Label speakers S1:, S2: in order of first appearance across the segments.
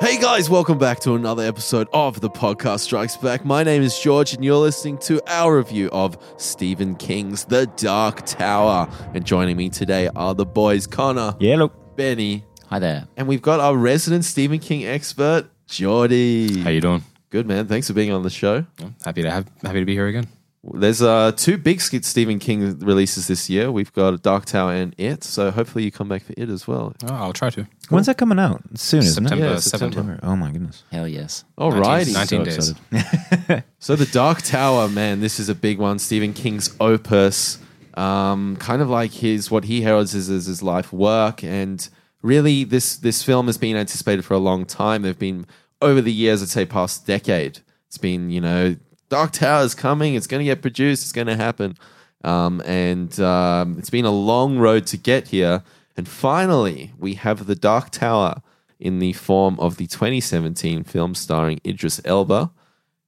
S1: Hey guys, welcome back to another episode of the podcast Strikes Back. My name is George, and you're listening to our review of Stephen King's The Dark Tower. And joining me today are the boys Connor,
S2: Yeah, look.
S1: Benny,
S3: Hi there.
S1: and we've got our resident Stephen King expert, Geordie.
S3: How you doing?
S1: Good man, thanks for being on the show.
S3: Happy to have happy to be here again.
S1: There's uh, two big sk- Stephen King releases this year. We've got Dark Tower and It, so hopefully you come back for It as well.
S4: Oh, I'll try to.
S2: When's that coming out? It's Soon, isn't
S4: September
S1: Yeah,
S4: 17th.
S1: September.
S2: it? Oh my goodness.
S3: Hell yes.
S1: Alrighty. So
S4: 19 days.
S1: excited. So the Dark Tower, man, this is a big one. Stephen King's opus, um, kind of like his what he heralds as, as his life work, and really this this film has been anticipated for a long time. They've been over the years, I'd say past decade. It's been you know Dark Tower is coming. It's going to get produced. It's going to happen, um, and um, it's been a long road to get here. And finally, we have the Dark Tower in the form of the 2017 film starring Idris Elba.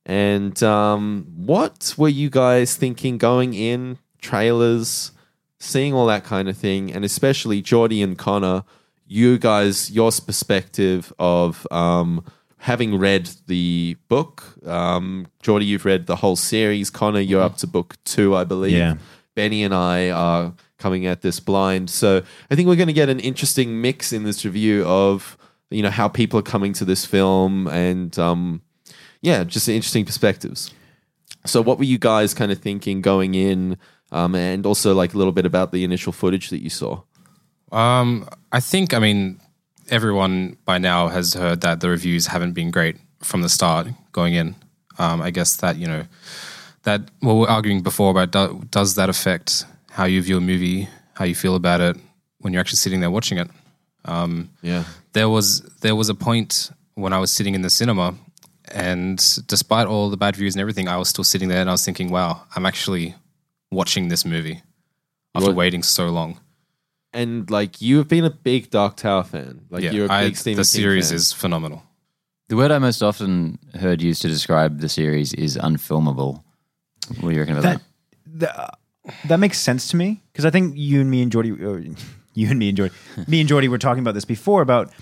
S1: And um, what were you guys thinking going in? Trailers, seeing all that kind of thing, and especially Geordie and Connor, you guys, your perspective of um, having read the book. Um, Geordie, you've read the whole series. Connor, you're up to book two, I believe.
S2: Yeah.
S1: Benny and I are coming at this blind. So I think we're going to get an interesting mix in this review of you know how people are coming to this film and um, yeah, just interesting perspectives. So what were you guys kind of thinking going in? Um, and also like a little bit about the initial footage that you saw.
S4: Um, I think, I mean, everyone by now has heard that the reviews haven't been great from the start going in. Um, I guess that, you know, that, well, we we're arguing before about do, does that affect how you view a movie, how you feel about it when you're actually sitting there watching it?
S1: Yeah.
S4: there was there was a point when I was sitting in the cinema, and despite all the bad reviews and everything, I was still sitting there and I was thinking, "Wow, I'm actually watching this movie after
S1: What-
S4: waiting so long."
S1: And like you have been a big Dark Tower fan. Like you're a big
S4: I-
S1: Stephen
S4: the
S1: King
S4: series
S1: fan.
S4: is phenomenal.
S3: The word I most often heard used to describe the series is unfilmable. What do you reckon about that?
S2: That that, that makes sense to me because I think you and me and Jordy, or you and me and Jordy, me and Jordy were talking about this before about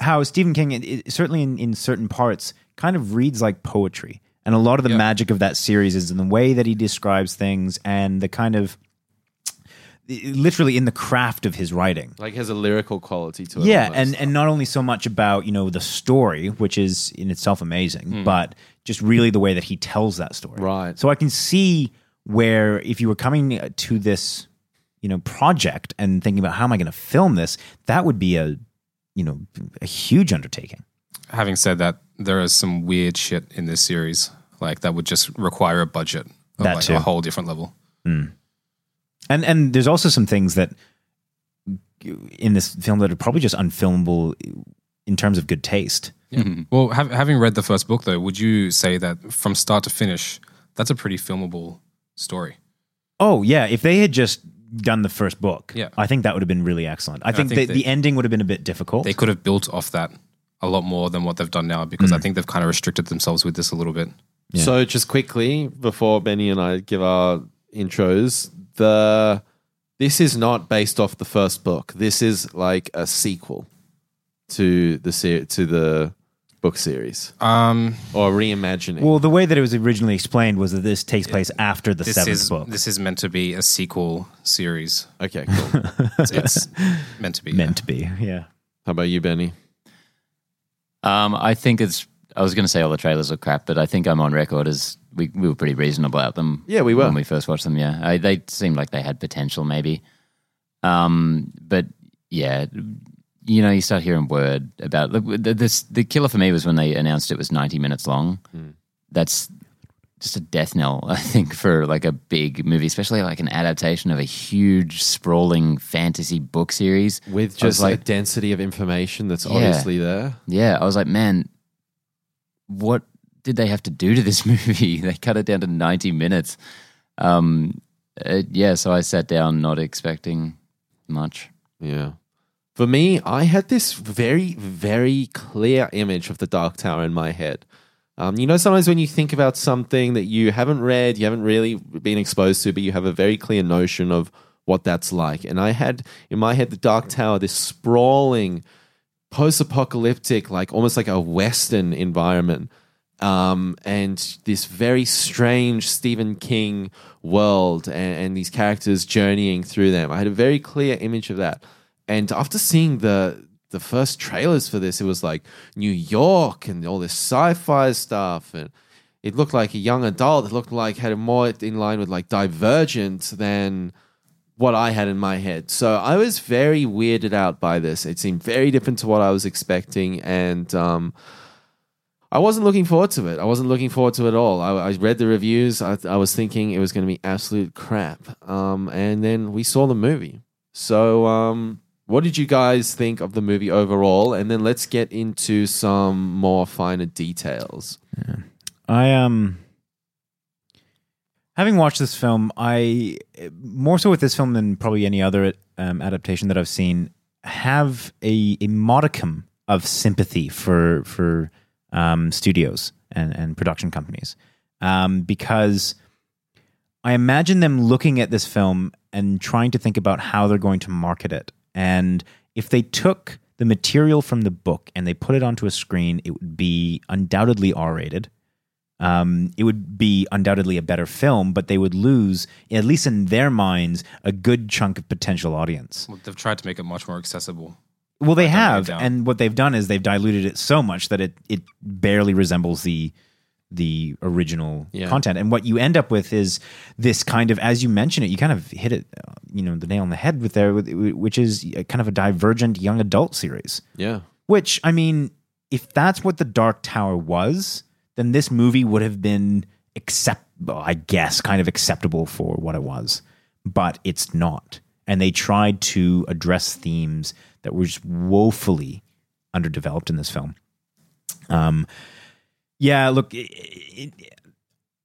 S2: how Stephen King, it, it- certainly in, in certain parts, kind of reads like poetry. And a lot of the magic of that series is in the way that he describes things and the kind of literally in the craft of his writing.
S1: like has a lyrical quality to it.
S2: yeah
S1: almost.
S2: and and not only so much about you know the story which is in itself amazing but just really the way that he tells that story
S1: Hmm. Right.
S2: so i can see where if you were coming to this you know project and thinking about how am i going to film this that would be a you know a huge undertaking
S4: Having said that, there is some weird shit in this series, like that would just require a budget of
S2: That
S4: like
S2: too.
S4: a whole different level.
S2: and and there's also some things that in this film that are probably just unfilmable in terms of good taste
S4: Mm-hmm. Well, hav having read the first book, though, would you say that from start to finish, that's a pretty filmable story?
S2: Oh yeah, if they had just done the first book,
S4: Yeah.
S2: I think that would have been really excellent. I think,
S4: think
S2: that
S4: they-
S2: the ending would have been a bit difficult.
S4: they could have built off that a lot more than what they've done now because I think they've kind of restricted themselves with this a little bit.
S1: So just quickly before Benny and I give our intros, the this is not based off the first book. This is like a sequel to the ser- to the book series
S4: Um,
S1: or reimagining.
S2: well, the way that it was originally explained was that this takes place after the
S4: this
S2: seventh
S4: is
S2: book,
S4: this is meant to be a sequel series.
S1: okay, cool.
S4: It's, it's meant to be.
S2: meant to be. Yeah,
S1: How about you, Benny?
S3: Um, I think it's. I was going to say all the trailers are crap, but I think I'm on record as we, we were pretty reasonable about them.
S1: Yeah, we were.
S3: when we first watched them. Yeah, I, they seemed like they had potential, maybe. Um, but yeah, you know, you start hearing word about the, the, this. The killer for me was when they announced it was 90 minutes long.
S1: Hmm.
S3: That's just a death knell, I think, for like a big movie, especially like an adaptation of a huge, sprawling fantasy book series
S1: With
S3: I was
S1: just
S3: like-
S1: like a density of information that's
S3: Yeah.
S1: obviously there.
S3: yeah, I was like, man, what did they have to do to this movie? they cut it down to 90 minutes. Um, uh, yeah, so I sat down not expecting much.
S1: Yeah. For me, I had this very, very clear image of the Dark Tower in my head. Um, you know, sometimes when you think about something that you haven't read, you haven't really been exposed to, but you have a very clear notion of what that's like. And I had in my head the Dark Tower, this sprawling post-apocalyptic, like almost like a Western environment, um, and this very strange Stephen King world, and, and these characters journeying through them. I had a very clear image of that, and after seeing the the first trailers for this, it was like New York and all this sci-fi stuff, and it looked like a young adult. It looked like had a more in line with like Divergent than what I had in my head. So I was very weirded out by this. It seemed very different to what I was expecting, and um, I wasn't looking forward to it. I wasn't looking forward to it at all. I, I read the reviews. I, I was thinking it was going to be absolute crap, um, and then we saw the movie. So, um, what did you guys think of the movie overall? And then let's get into some more finer details.
S2: I um having watched this film, I more so with this film than probably any other um, adaptation that I've seen have a, a modicum of sympathy for for um, studios and and production companies um, because I imagine them looking at this film and trying to think about how they're going to market it and if they took the material from the book and they put it onto a screen, it would be undoubtedly R rated um, it would be undoubtedly a better film, but they would lose, at least in their minds, a good chunk of potential audience.
S4: Well, they've tried to make it much more accessible.
S2: Well, they
S4: Right down, right
S2: have,
S4: down.
S2: and what they've done is they've diluted it so much that it it barely resembles the the original
S1: Yeah.
S2: content. And what you end up with is this kind of, as you mentioned it, you kind of hit it, uh, you know, the nail on the head with there, with- which is a kind of a divergent young adult series.
S1: Yeah.
S2: Which I mean, if that's what the Dark Tower was, then this movie would have been accept, well, I guess, kind of acceptable for what it was. But it's not, and they tried to address themes that were just woefully underdeveloped in this film. Um, yeah, look, i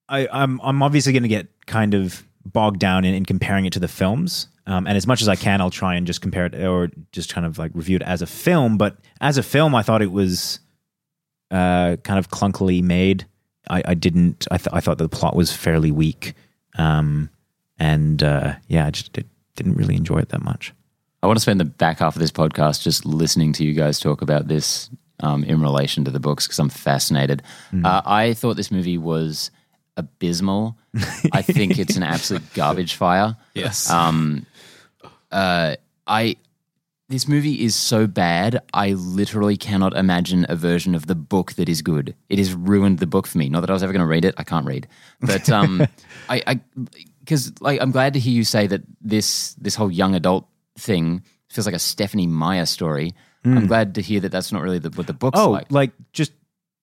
S2: i I, I'm I'm obviously going to get kind of bogged down in, in comparing it to the films. Um, and as much as I can, I'll try and just compare it or just kind of like review it as a film. But as a film, I thought it was uh, kind of clunkily made. I, I didn't. I, th- I thought the plot was fairly weak. Um, and uh, yeah, I just did, didn't really enjoy it that much.
S3: I want to spend the back half of this podcast just listening to you guys talk about this um, in relation to the books because I'm fascinated. Uh, I thought this movie was abysmal. I think it's an absolute garbage fire.
S4: Yes.
S3: Um, uh, I this movie is so bad. I literally cannot imagine a version of the book that is good. It has ruined the book for me. Not that I was ever going to read it. I can't read, but um, I, I, because like I'm glad to hear you say that this this whole young adult thing feels like a Stephanie Meyer story. I'm glad to hear that that's not really the, what the book's
S2: Oh,
S3: like.
S2: like, just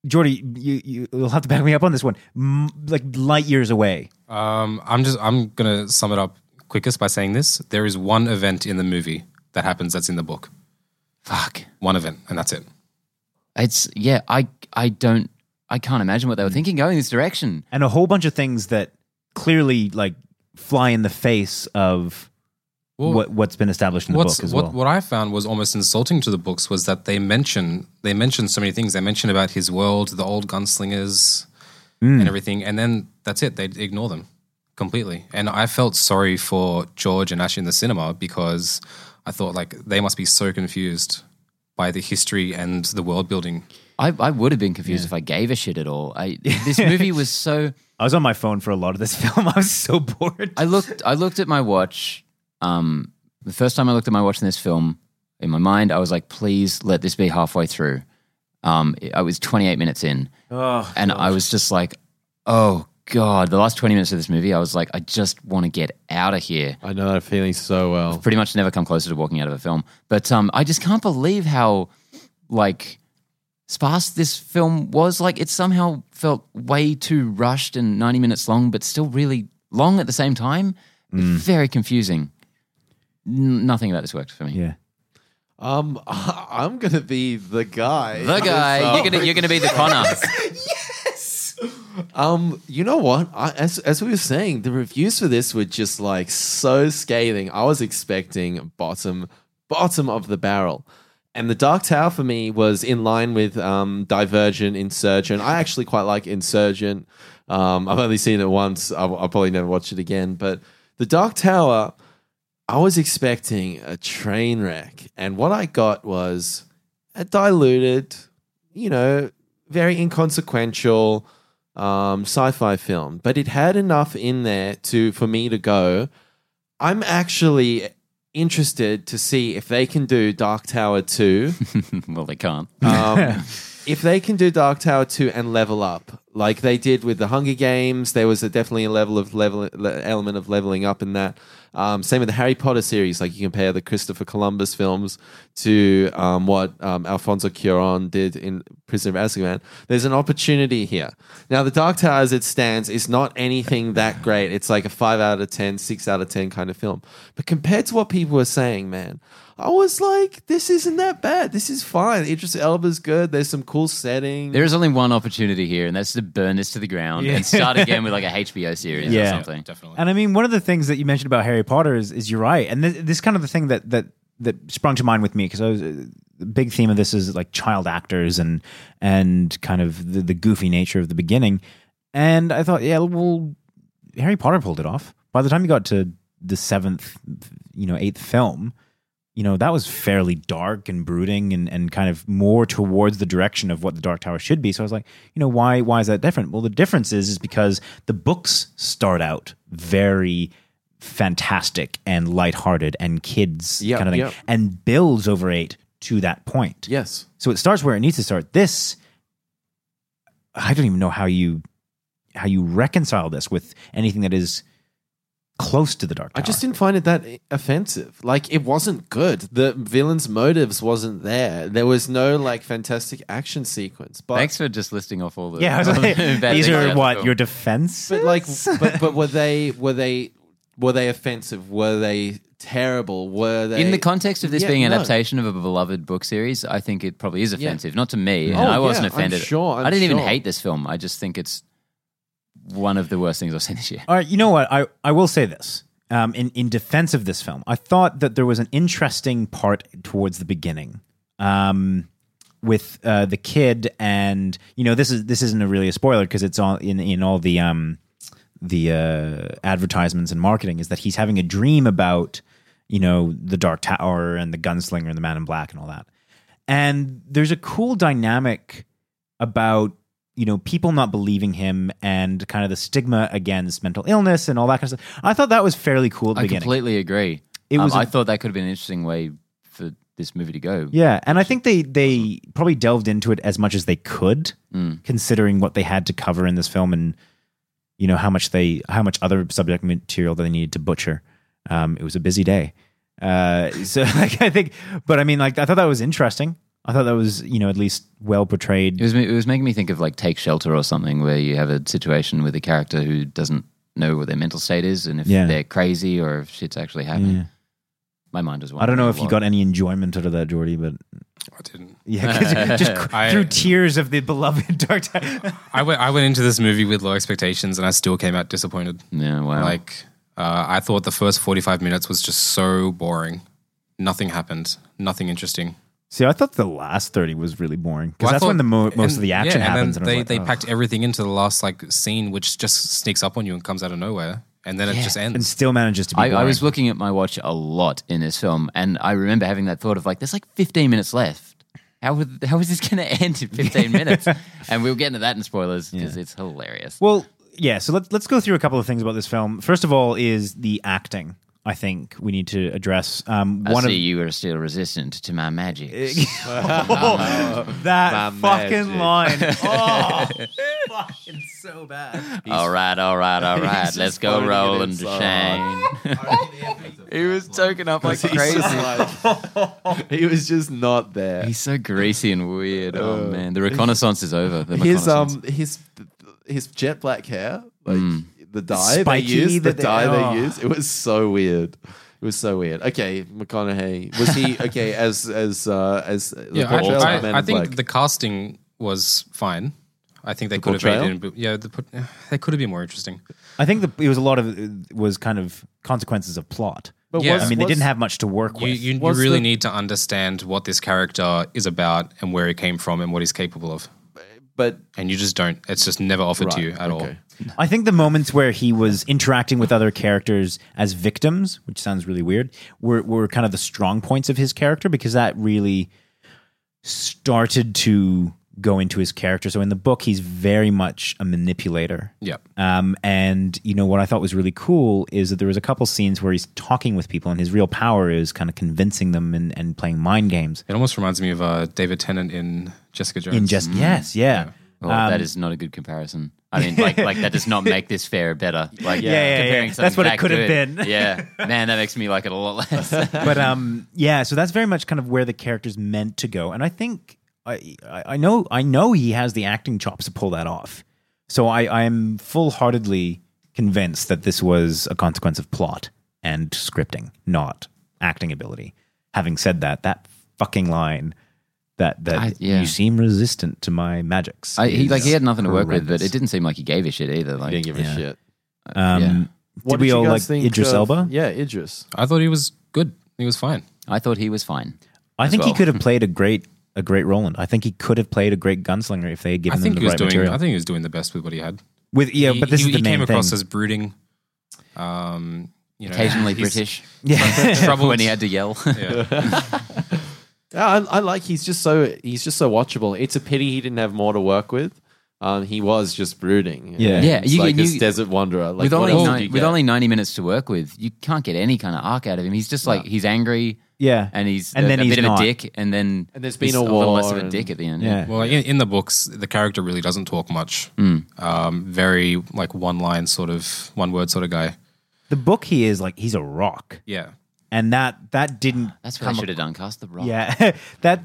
S2: Jordy, you, you you'll have to back me up on this one. M- like light years away.
S4: Um, I'm just I'm gonna sum it up quickest by saying this: there is one event in the movie that happens that's in the book.
S3: Fuck.
S4: One event, and that's it.
S3: It's yeah. I I don't. I can't imagine what they were thinking going this direction.
S2: and a whole bunch of things that clearly like fly in the face of
S4: Well,
S2: what what's been established in the
S4: What's
S2: book as
S4: what
S2: well.
S4: what I found was almost insulting to the books was that they mention they mention so many things. They mention about his world, the old gunslingers,
S2: Hmm.
S4: and everything, and then that's it. They ignore them completely. And I felt sorry for George and Ash in the cinema because I thought like they must be so confused by the history and the world building.
S3: I, I would have been confused if I gave a shit at all. I, this movie was so.
S2: I was on my phone for a lot of this film. I was so bored.
S3: I looked. I looked at my watch. Um, the first time I looked at my watch in this film, in my mind, I was like, "Please let this be halfway through." Um, it- I was 28 minutes in, and I was just like, "Oh god!" The last 20 minutes of this movie, I was like, "I just want to get out of here."
S1: I know that feeling so well.
S3: Pretty much never come closer to walking out of a film, but um, I just can't believe how like sparse this film was. Like it somehow felt way too rushed and 90 minutes long, but still really long at the same time.
S2: Mm.
S3: Very confusing. N- nothing about this worked for me.
S2: yeah.
S1: Um, I'm gonna be the guy.
S3: The guy, you're gonna you're gonna be the Connor.
S1: Um, you know what? I, as as we were saying, the reviews for this were just like so scathing. I was expecting bottom bottom of the barrel, and the Dark Tower for me was in line with um, Divergent, Insurgent. I actually quite like Insurgent. Um, I've only seen it once. I'll, I'll probably never watch it again. But the Dark Tower, I was expecting a train wreck, and what I got was uh, diluted, you know, very inconsequential um, sci-fi film, but it had enough in there to for me to go. I'm actually interested to see if they can do Dark Tower two.
S3: well, they can't.
S1: Um, if they can do Dark Tower 2 and level up, like they did with the Hunger Games, there was a, definitely a level of level le- element of leveling up in that. Um, same with the Harry Potter series. Like you compare the Christopher Columbus films to um, what um, Alfonso Cuarón did in Prisoner of Azkaban. There's an opportunity here. Now, the Dark Tower, as it stands, is not anything that great. It's like a five out of 10, six out of 10 kind of film. But compared to what people were saying, man, I was like, this isn't that bad. This is fine. Idris Elba's good. There's some cool setting.
S3: There is only one opportunity here, and that's to burn this to the ground and start again with like a HBO series
S2: Yeah.
S3: or something.
S4: definitely.
S2: And I mean, one of the things that you mentioned about Harry Potter is, is you're right, and this, this kind of the thing that that that sprung to mind with me because I was uh, the big theme of this is like child actors and and kind of the, the goofy nature of the beginning, and I thought, yeah, well, Harry Potter pulled it off. By the time you got to the seventh, you know, eighth film, you know, that was fairly dark and brooding and, and kind of more towards the direction of what the Dark Tower should be. So I was like, you know, why why is that different? Well, the difference is is because the books start out very fantastic and lighthearted and kids
S1: Yeah,
S2: kind of thing
S1: yeah.
S2: and builds over eight to that point.
S1: yes.
S2: So it starts where it needs to start. This I don't even know how you how you reconcile this with anything that is close to the Dark
S1: I
S2: Tower.
S1: just didn't find it that offensive. Like it wasn't good. The villain's motives wasn't there. There was no like fantastic action sequence. But
S3: Thanks for just listing off all the
S2: Yeah, I was
S3: all the
S2: like,
S3: bad
S2: these
S3: things about
S2: are
S3: the
S2: what
S3: film.
S2: your defense.
S1: but like but, but were they were they were they offensive? Were they terrible? Were they
S3: in the context of this
S1: Yeah,
S3: being an
S1: no.
S3: adaptation of a beloved book series, I think it probably is
S1: Yeah.
S3: offensive. Not to me,
S1: Oh,
S3: and I wasn't
S1: yeah, I'm
S3: offended.
S1: sure, I'm
S3: I did not
S1: sure.
S3: even hate this film. I just think it's one of the worst things I've seen this year.
S2: All right, you know what? I, I will say this. Um, in, in defense of this film, I thought that there was an interesting part towards the beginning. Um, with uh, the kid and you know this is this isn't a really a spoiler because it's all in in all the um the uh, advertisements and marketing is that he's having a dream about you know the dark tower and the gunslinger and the man in black and all that and there's a cool dynamic about you know people not believing him and kind of the stigma against mental illness and all that kind of stuff i thought that was fairly cool at the
S3: I
S2: beginning
S3: completely agree.
S2: It
S3: Um,
S2: was a-
S3: I thought that could have been an interesting way for this movie to go.
S2: Yeah, and I think they they probably delved into it as much as they could,
S4: Mm.
S2: considering what they had to cover in this film and you know how much they how much other subject material they needed to butcher. Um, it was a busy day, uh, so like I think, but I mean, like I thought that was interesting. I thought that was you know at least well portrayed.
S3: It was it was making me think of like Take Shelter or something, where you have a situation with a character who doesn't know what their mental state is and if
S2: Yeah.
S3: they're crazy or if shit's actually happening. My mind was.
S2: I don't know
S3: wandering
S2: if
S3: a
S2: you
S3: lot.
S2: got any enjoyment out of that, Jordy, but
S4: I didn't.
S2: yeah, 'cause just
S4: I-
S2: through tears of the beloved dark. Tower.
S4: I went. I went into this movie with low expectations, and I still came out disappointed.
S3: Yeah,
S2: Oh.
S3: wow.
S4: Like uh, I thought the first forty-five minutes was just so boring. Nothing happened. Nothing interesting.
S2: See, I thought the last thirty was really boring because
S4: Well, I
S2: that's when
S4: thought-
S2: the mo- most
S4: and-
S2: of the action
S4: yeah,
S2: happens.
S4: And then
S2: I was
S4: they they
S2: like, "Oh."
S4: packed everything into the last like scene, which just sneaks up on you and comes out of nowhere, and then it just
S2: and
S4: ends.
S2: still manages to be.
S3: I, I
S2: boring.
S3: was looking at my watch a lot in this film, and I remember having that thought of like, there's like 15 minutes left. How would, how is this going to end in 15 minutes? And we'll get into that in spoilers because it's hilarious.
S2: Well, yeah. So let's let's go through a couple of things about this film. First of all, is the acting. I think we need to address um,
S3: I
S2: one
S3: see
S2: of
S3: you are still resistant to my magic.
S2: that
S1: My
S2: fucking
S1: magic.
S2: line. Oh, fucking so bad.
S3: all right, all right, all right.
S1: just
S3: Let's go
S1: phoning it
S3: roll
S1: in
S3: and
S1: so
S3: shane. he was token up like
S1: He's just like- he was just not there.
S3: He's so greasy and weird. Oh man, the reconnaissance is over. The
S1: Uh, his
S3: reconnaissance.
S1: um his his jet black hair, like the dye
S2: Spiky,
S1: they used, the,
S2: the-
S1: dye
S2: oh.
S1: they used. It was so weird. It was so weird. Okay, McConaughey was he okay as as uh, as the
S4: Yeah, I,
S1: portrayal of
S4: I-
S1: Man
S4: I
S1: in
S4: think
S1: Black?
S4: the casting was fine. I think they could have
S1: portrayal?
S4: made it. in- Yeah, the, put- they could have been more interesting.
S2: I think the, it was a lot of it was kind of consequences of plot.
S1: But
S4: Yeah.
S2: I mean, they didn't have much to work
S4: You,
S2: with.
S4: you, you
S1: What's
S4: really
S1: the-
S4: need to understand what this character is about and where he came from and what he's capable of.
S1: but
S4: And you just don't. It's just never offered to you at
S1: okay.
S2: I think the moments where he was interacting with other characters as victims, which sounds really weird, were, were kind of the strong points of his character because that really started to go into his character. So in the book, he's very much a manipulator.
S4: Yep.
S2: Um, and you know what I thought was really cool is that there was a couple scenes where he's talking with people, and his real power is kind of convincing them and, and playing mind games.
S4: It almost reminds me of uh, David Tennant in Jessica Jones.
S2: In just yes, Mm-hmm. yeah.
S3: Well, that is not a good comparison. I mean, like, like that does not make this fair better. Like,
S2: Yeah, yeah, yeah.
S3: comparing
S2: That's
S3: something
S2: what it
S3: that
S2: could have
S3: good-
S2: been.
S3: yeah, man, that makes me like it a lot less.
S2: but um, yeah, so that's very much kind of where the character's meant to go, and I think I I I know I know he has the acting chops to pull that off. So I I am full heartedly convinced that this was a consequence of plot and scripting, not acting ability. Having said that, that fucking line that that
S3: I- yeah.
S2: you seem resistant to my magics.
S3: I, he like he had nothing to work with, but
S2: horrendous.
S3: it didn't seem like he gave a shit either. Like,
S1: Didn't give a shit.
S2: um,
S3: yeah.
S1: What
S2: did we
S1: you
S2: all
S1: guys
S2: like
S1: think
S2: Idris
S1: of-
S2: Elba?
S1: Yeah, Idris.
S4: I thought he was good. He was fine.
S3: I thought he was fine.
S2: I think
S3: well.
S2: he could have played a great a great Roland. I think he could have played a great gunslinger if they had
S4: I
S2: given him
S4: think
S2: the
S4: he was
S2: right
S4: doing.
S2: material.
S4: I think he was doing the best with what he had.
S2: With yeah,
S4: He-
S2: but this
S4: he,
S2: is the
S4: he
S2: main
S4: came across
S2: thing.
S4: as brooding. Um, you know,
S3: Occasionally
S4: he's
S3: British
S2: yeah,
S4: Troubled
S3: when he had to yell.
S4: Yeah.
S1: Yeah, I, I like. He's just so he's just so watchable. It's a pity he didn't have more to work with. Um, he was just brooding.
S2: Yeah.
S3: Yeah,
S1: It's
S3: you-
S1: like
S3: you-
S1: this desert wanderer. Like
S3: with
S1: what
S3: only
S1: else
S3: nine
S1: did you
S3: with
S1: get?
S3: only ninety minutes to work with, you can't get any kind of arc out of him. He's just like he's angry,
S2: yeah,
S3: and he's
S2: And
S3: a,
S2: then
S3: a
S2: he's
S3: bit
S2: not.
S3: of a dick, and then
S1: And there's been
S3: he's
S1: a
S3: little
S1: war
S3: less of a
S1: and-
S3: dick at the end.
S2: yeah.
S4: Well, in, in the books, the character really doesn't talk much.
S2: Hmm.
S4: Um, very like one line sort of one word sort of guy.
S2: the book he is like he's a rock,
S4: Yeah.
S2: and that that didn't
S3: that's what I should have done. Cast the rock.
S2: yeah that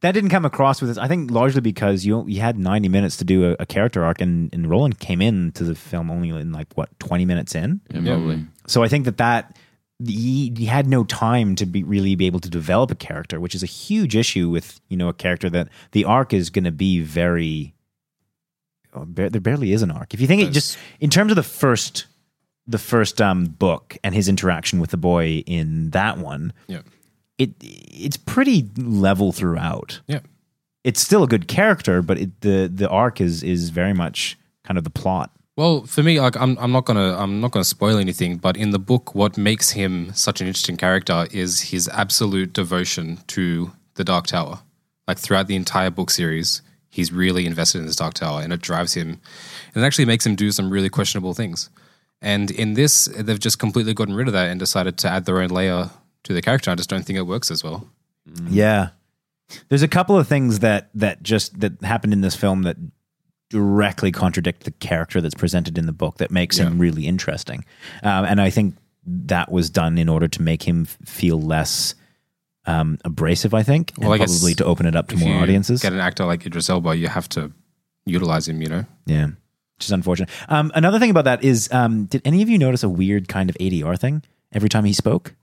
S2: that didn't come across with us. I think largely because you you had ninety minutes to do a, a character arc, and and Roland came into the film only in like what twenty minutes in.
S4: Probably.
S2: So I think that that he, he had no time to be really be able to develop a character, which is a huge issue with you know a character that the arc is going to be very. oh, ba- there barely is an arc. If you think it just in terms of the first, the first um, book and his interaction with the boy in that one,
S4: Yeah.
S2: it it's pretty level throughout.
S4: Yeah.
S2: It's still a good character, but it, the the arc is is very much kind of the plot.
S4: Well, for me, like I'm, I'm not gonna, I'm not gonna spoil anything. But in the book, what makes him such an interesting character is his absolute devotion to the Dark Tower. Like throughout the entire book series, he's really invested in this Dark Tower, and it drives him, and it actually makes him do some really questionable things. And in this, they've just completely gotten rid of that and decided to add their own layer to the character. I just don't think it works as well. Mm-hmm.
S2: Yeah. There's a couple of things that that just that happened in this film that directly contradict the character that's presented in the book that makes him really interesting. Um, and I think that was done in order to make him f- feel less um, abrasive, I think, and
S4: Well, I guess
S2: probably to open it up to
S4: If
S2: more
S4: you
S2: audiences.
S4: Get an actor like Idris Elba, you have to utilize him. You know,
S2: Yeah. Which is unfortunate. Um, another thing about that is um, did any of you notice a weird kind of ADR thing every time he spoke?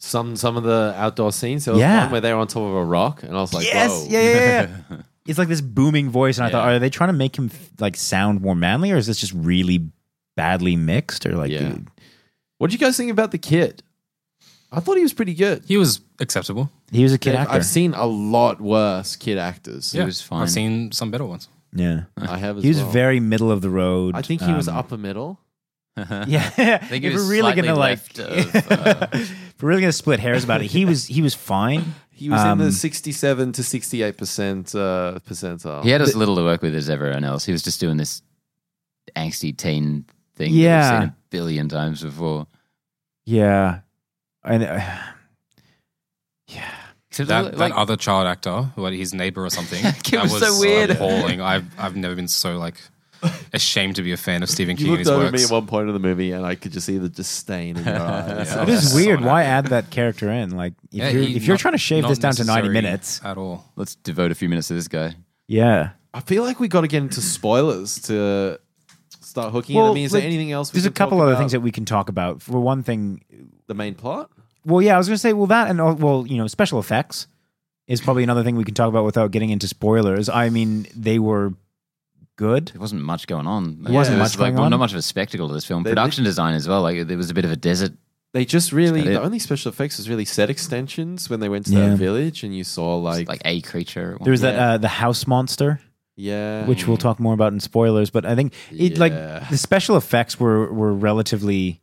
S1: some some of the outdoor scenes. There was
S2: Yeah.
S1: one where they were on top of a rock, and I was like, whoa.
S2: Yeah, yeah, yeah. it's like this booming voice, and I thought,
S1: Yeah.
S2: are they trying to make him f- like sound more manly, or is this just really badly mixed, or like,
S1: Yeah. What do you guys think about the kid? I thought he was pretty good.
S4: he was acceptable.
S2: he was a kid actor.
S1: I've seen a lot worse kid actors.
S3: Yeah. was fine.
S4: I've seen some better ones.
S2: yeah,
S1: I have. As
S2: he was
S1: well.
S2: very middle of the road.
S1: I think he was
S2: um,
S1: upper middle.
S2: Yeah, I
S3: think he
S2: if
S3: was
S2: we're really
S3: slightly
S2: gonna
S3: left
S2: like,
S3: of, uh,
S2: if we're really gonna split hairs about it, he was he was fine.
S1: He was in
S2: Um,
S1: the sixty-seven to sixty-eight percent uh,
S2: Oh.
S1: percentile.
S3: He had as little to work with as everyone else. He was just doing this angsty teen thing that
S2: Yeah.
S3: we've seen a billion times before.
S2: Yeah, and uh,
S3: Except
S4: That, that
S3: like-
S4: other child actor, what his neighbor or something,
S3: It
S4: that
S3: was so weird.
S4: Appalling. I've I've never been so like ashamed to be a fan of Stephen
S1: You looked
S4: King and his
S1: over at me
S4: works.
S1: at one point in the movie, and I could just see the disdain in your eyes.
S4: Yeah.
S2: it is
S4: so
S2: weird. Why
S4: unhappy.
S2: add that character in? Like, if
S4: Yeah,
S2: you're
S4: he-
S2: if you're
S4: not-
S2: trying to shave
S4: not
S2: this down to ninety
S4: necessary
S2: minutes,
S4: at all.
S3: let's devote a few minutes to this guy.
S2: yeah.
S1: I feel like we got to get into spoilers to start hooking it. I mean, is
S2: like,
S1: there anything else? We
S2: There's a
S1: can talk
S2: couple other
S1: about?
S2: things that we can talk about. For one thing,
S1: the main plot.
S2: well, yeah, I was going to say, well, that and uh, well, you know, special effects is probably another thing we can talk about without getting into spoilers. I mean, they were good.
S3: There wasn't much going on. There
S2: wasn't
S3: was
S2: much
S3: like,
S2: going
S3: well,
S2: on.
S3: Not much of a spectacle to this film.
S1: They
S3: Production design as well. Like there was a bit of a desert.
S1: They just really
S3: Is that
S1: the
S3: it?
S1: only special effects was really set extensions when they went to
S2: Yeah.
S1: that village and you saw like,
S3: like a creature. at one
S2: There was that
S1: Yeah.
S2: uh, the house monster,
S1: yeah
S2: which we'll talk more about in spoilers. But I think it like
S1: Yeah.
S2: the special effects were were relatively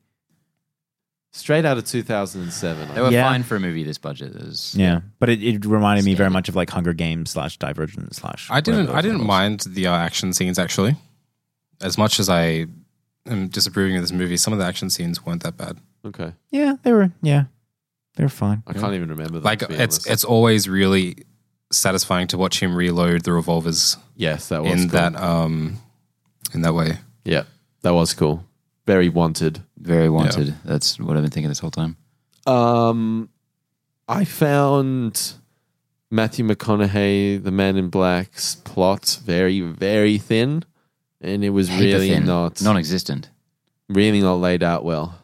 S1: Straight out of 2007.
S3: They were
S2: Yeah.
S3: fine for a movie this budget. It was-
S2: Yeah, but it, it reminded me very much of like Hunger Games slash Divergent slash.
S4: I didn't.
S2: whatever
S4: I
S2: those
S4: didn't
S2: were.
S4: mind the uh, action scenes actually. As much as I am disapproving of this movie, some of the action scenes weren't that bad.
S1: Okay.
S2: Yeah, they were. Yeah, they were fine.
S1: I can't even remember that.
S4: Like
S1: to be
S4: it's
S1: honest.
S4: it's always really satisfying to watch him reload the revolvers
S1: yes,
S2: Oh,
S1: that was
S4: in
S1: cool.
S4: that um in that way.
S1: Yeah, that was cool. Very wanted.
S3: Very wanted. That's what I've been thinking this whole time.
S1: Um, I found Matthew McConaughey, the Man in Black's plot very, very thin, and it was
S3: Paper
S1: really
S3: thin,
S1: not
S3: non-existent.
S1: really not laid out well.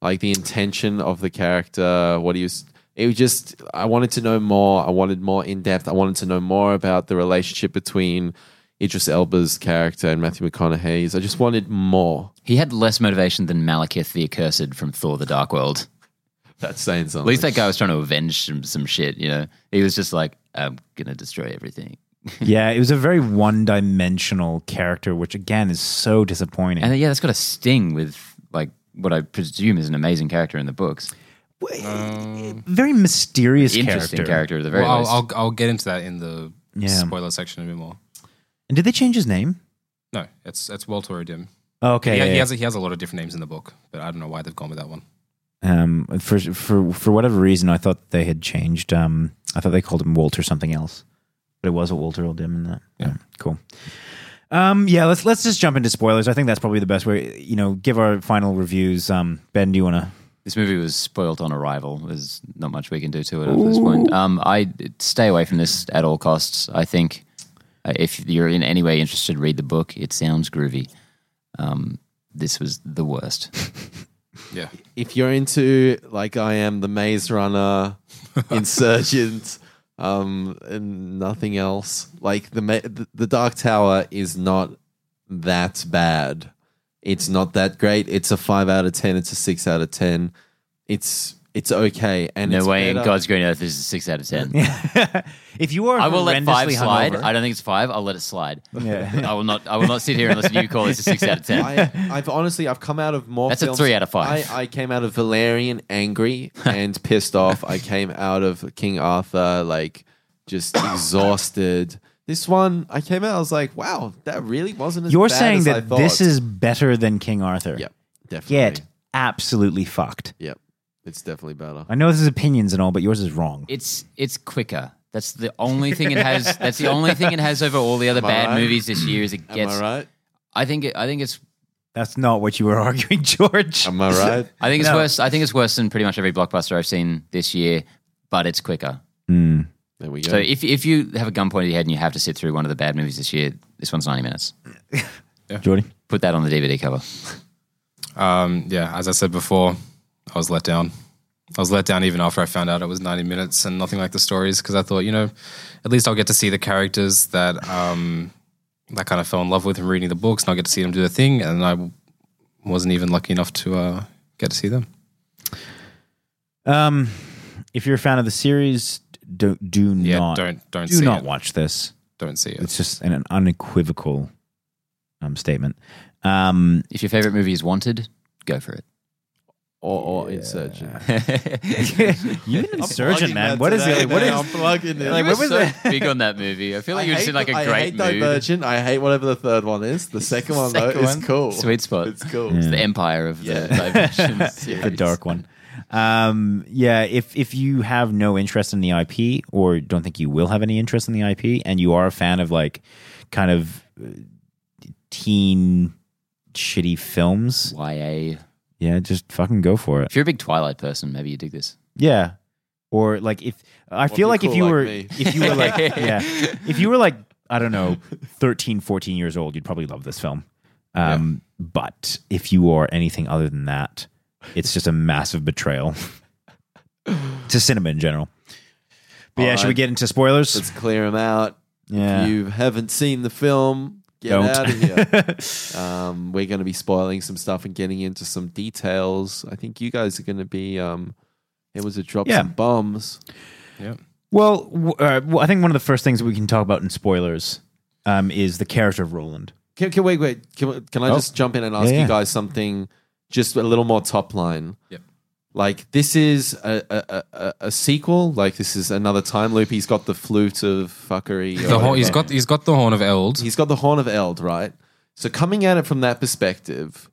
S1: Like the intention of the character, what he was. It was just I wanted to know more. I wanted more in depth. I wanted to know more about the relationship between Idris Elba's character and Matthew McConaughey's. I just wanted more.
S3: He had less motivation than Malekith the Accursed from Thor: The Dark World.
S1: That's saying something.
S3: At least that guy was trying to avenge some, some shit. You know, he was just like, "I'm gonna destroy everything."
S2: yeah, it was a very one-dimensional character, which again is so disappointing.
S3: And then, yeah, that's got a sting with like what I presume is an amazing character in the books.
S2: very mysterious
S3: Um, Interesting
S2: character.
S3: character, at the very
S4: Well, I'll,
S3: least.
S4: I'll I'll get into that in the
S2: Yeah.
S4: spoiler section a bit more.
S2: And did they change his name? Oh,
S4: No, it's it's Walter Dim.
S2: Okay,
S4: he,
S2: yeah,
S4: he
S2: yeah.
S4: has a, he has a lot of different names in the book, but I don't know why they've gone with that one.
S2: um, for for for whatever reason, I thought they had changed. Um, I thought they called him Walter something else, but it was a Walter Old Dim in that. Yeah, cool. Um, yeah, let's let's just jump into spoilers. I think that's probably the best way. You know, give our final reviews. Um, ben, do you want to?
S3: this movie was spoilt on arrival. There's not much we can do to it at this point. Um, I stay away from this at all costs. I think uh, if you're in any way interested, read the book. It sounds groovy. Um, this was the worst.
S4: Yeah,
S1: if you're into like I am the Maze Runner, Insurgent, um, and nothing else, like the Ma- the the Dark Tower is not that bad. It's not that great. It's a five out of ten. It's a six out of ten. It's it's okay. And
S3: No
S1: it's
S3: way in
S1: better-
S3: God's green earth is a six out of ten.
S2: if you are,
S3: I will let five
S2: horrendously
S3: slide.
S2: hungover-
S3: I don't think it's five. I'll let it slide.
S2: Yeah.
S3: I will not. I will not sit here and listen to you call this a six out of ten.
S1: I, I've honestly, I've come out of more.
S3: That's a
S1: films-
S3: three out of five.
S1: I, I came out of Valerian angry and pissed off. I came out of King Arthur like just exhausted. This one, I came out. I was like, wow, that really wasn't as.
S2: You're
S1: bad
S2: saying
S1: as I
S2: that
S1: thought.
S2: this is better than King Arthur.
S1: Yep, definitely.
S2: Get absolutely fucked.
S1: Yep, it's definitely better.
S2: I know this is opinions and all, but yours is wrong.
S3: It's it's quicker. That's the only thing it has. That's the only thing it has over all the other
S1: I
S3: bad
S1: right?
S3: movies this year. Is it
S1: Am
S3: gets.
S1: I right?
S3: I think. It, I think it's
S2: That's not what you were arguing, George.
S1: Am I right?
S3: I think it's
S2: No.
S3: worse. I think it's worse than pretty much every blockbuster I've seen this year, but it's quicker.
S1: There we go.
S3: So if if you have a gun pointed at your head and you have to sit through one of the bad movies this year, this one's ninety minutes.
S2: Jordy.
S3: Put that on the DVD cover.
S4: um, yeah. As I said before, I was let down. I was let down even after I found out it was ninety minutes and nothing like the stories because I thought, you know, at least I'll get to see the characters that um, that kind of fell in love with from reading the books, and I'll get to see them do their thing. And I wasn't even lucky enough to uh, get to see them.
S2: Um, if you're a fan of the series, do, do
S4: Yeah,
S2: not
S4: don't don't
S2: do
S4: see
S2: not
S4: it.
S2: watch this.
S4: Don't see it.
S2: It's just an, an unequivocal um, statement. Um,
S3: If your favorite movie is Wanted, go for it.
S1: or or insurgent.
S2: you an insurgent man? What is
S1: it?
S2: it? What is?
S1: I'm plugging it.
S3: like,
S2: what
S3: what
S2: was
S3: was so
S2: that?
S3: big on that movie? I feel like you were just in like a
S1: I
S3: great
S1: hate
S3: mood.
S1: Divergent. I hate whatever the third one is. The second one
S3: Second
S1: though
S3: one?
S1: is cool.
S3: Sweet spot.
S1: It's cool.
S3: It's the empire of
S1: Yeah.
S3: the Divergent series.
S2: the dark one. Um, yeah, if if you have no interest in the IP or don't think you will have any interest in the IP, and you are a fan of like kind of uh, teen shitty films,
S3: YA.
S2: yeah, just fucking go for it.
S3: If you're a big Twilight person, maybe you dig this.
S2: Yeah. Or like if I
S1: be
S2: feel like if
S1: cool
S2: you
S1: like
S2: were
S1: me.
S2: if you were like yeah if you were like I don't know 13 14 years old you'd probably love this film. Um but if you are anything other than that it's just a massive betrayal to cinema in general. But yeah,
S1: All
S2: should we
S1: right.
S2: get into spoilers?
S1: Let's clear them out.
S2: yeah.
S1: If you haven't seen the film, get
S2: Don't.
S1: out of here. um, we're going to be spoiling some stuff and getting into some details. I think you guys are going to be. Um, it was a drop
S2: Yeah.
S1: some bombs.
S2: well, w- uh, well, I think one of the first things we can talk about in spoilers um, is the character of Roland.
S1: Can, can wait, wait. Can, can I
S2: Oh.
S1: just jump in and ask
S2: Yeah, yeah.
S1: you guys something? Just a little more top line.
S4: Yep.
S1: like this is a, a, a, a sequel. Like this is another time loop. He's got the flute of fuckery. or
S4: The horn, he's
S1: whatever.
S4: got he's got the horn of Eld.
S1: he's got the horn of Eld, right? So coming at it from that perspective,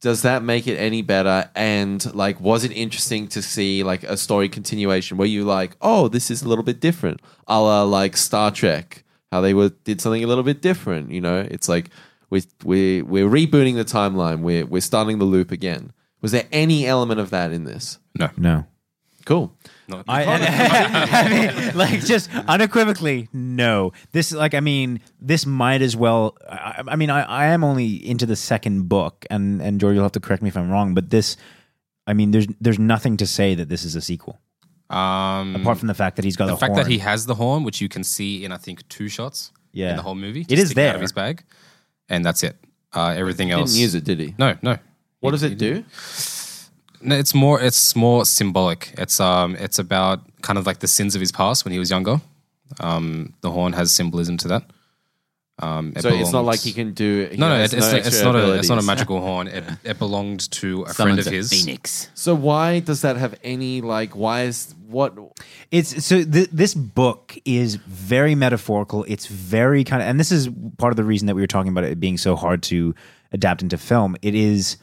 S1: does that make it any better? And like, was it interesting to see like a story continuation? Were you like, oh, this is a little bit different, a la like Star Trek, how they were did something a little bit different? You know, it's like we we we're rebooting the timeline. We're we're starting the loop again. Was there any element of that in this?
S2: No.
S1: Cool.
S2: I, I mean, like just unequivocally, no. This, like, I mean, this might as well. I, I mean, I, I am only into the second book, and and Jordy, you'll have to correct me if I'm wrong, but this, I mean, there's there's nothing to say that this is a sequel,
S4: Um,
S2: apart from the fact that he's got
S4: the
S2: a
S4: fact that
S2: horn.
S4: he has the horn, which you can see in I think two shots
S2: Yeah.
S4: in the whole movie,
S2: It is
S4: sticking out
S2: there.
S4: of his bag, and that's it. Uh, everything
S1: He
S4: else,
S1: didn't use it, did he?
S4: no, no.
S1: What does it do?
S4: No, it's more it's more symbolic. It's um it's about kind of like the sins of his past when he was younger. Um, the horn has symbolism to that. Um, it
S1: So it's not
S4: belongs-
S1: like he can do. he
S4: No, no,
S1: has
S4: it's, it's,
S1: no
S4: it's
S1: extra
S4: not a it's not a
S1: abilities.
S4: magical horn. It, it belonged to a
S3: Someone's
S4: friend of his.
S3: a phoenix.
S1: So why does that have any like? Why is what?
S2: It's so th- this book is very metaphorical. It's very kind of, and this is part of the reason that we were talking about it being so hard to adapt into film. It is,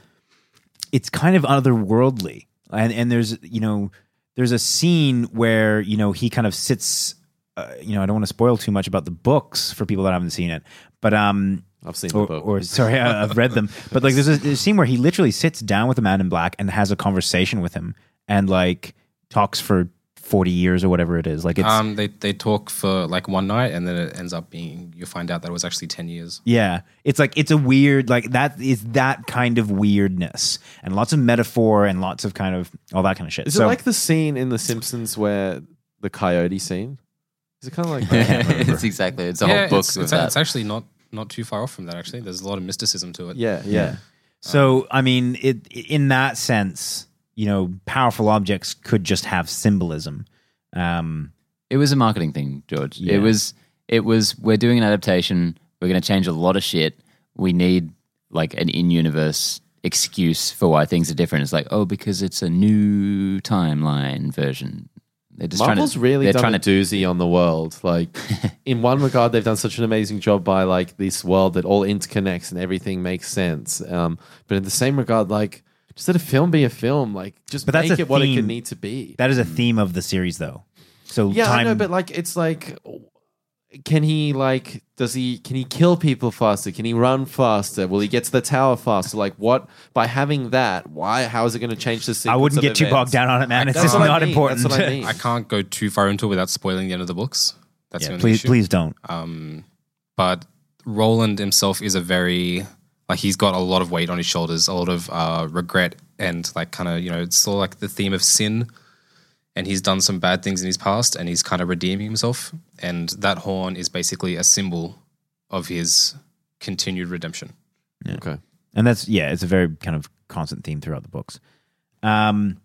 S2: it's kind of otherworldly, and and there's you know there's a scene where you know he kind of sits. Uh, you know, I don't want to spoil too much about the books for people that haven't seen it, but um,
S1: I've seen
S2: or,
S1: the book.
S2: or sorry, I, I've read them. But like, there's a, there's a scene where he literally sits down with a man in black and has a conversation with him, and like talks for forty years or whatever it is. Like it's
S4: Um, they they talk for like one night, and then it ends up being you find out that it was actually ten years.
S2: yeah, it's like it's a weird like that is that kind of weirdness and lots of metaphor and lots of kind of all that kind of shit.
S1: is
S2: so
S1: it like the scene in The Simpsons where the coyote scene? Is it kind of like that?
S3: it's exactly. It's a whole book
S4: it's,
S3: with
S4: it's,
S3: that.
S4: it's actually not not too far off from that. Actually, there's a lot of mysticism to it.
S1: yeah, yeah.
S2: so I mean, it in that sense, you know, powerful objects could just have symbolism. Um,
S3: It was a marketing thing, George.
S2: Yeah.
S3: It was it was we're doing an adaptation. We're going to change a lot of shit. We need like an in-universe excuse for why things are different. It's like, "Oh, because it's a new timeline version." They're just
S1: Marvel's
S3: trying to
S1: really
S3: they're
S1: done
S3: trying
S1: a
S3: to
S1: doozy on the world. Like, in one regard, they've done such an amazing job by like this world that all interconnects and everything makes sense. Um, but in the same regard, like, just let a film be a film. Like, just
S2: But that's
S1: make
S2: a
S1: it what it
S2: theme.
S1: can need to be.
S2: that is a theme of the series, though. So
S1: Hmm. Yeah,
S2: time,
S1: I know, but like it's like can he like does he can he kill people faster? Can he run faster? Will he get to the tower faster? Like what by having that, why how is it going to change the sequence
S2: I wouldn't
S1: of
S2: get too
S1: events?
S2: bogged down on it, man. It's
S1: That's
S2: just
S1: what I
S2: not
S1: mean.
S2: important.
S1: That's what I mean.
S4: I can't go too far into it without spoiling the end of the books. That's the only
S2: please,
S4: issue.
S2: please don't.
S4: Um, but Roland himself is a very like he's got a lot of weight on his shoulders, a lot of uh, regret, and like kind of you know it's sort of like the theme of sin. And he's done some bad things in his past, and he's kind of redeeming himself. And that horn is basically a symbol of his continued redemption.
S1: Okay.
S2: And that's yeah, it's a very kind of constant theme throughout the books. Um,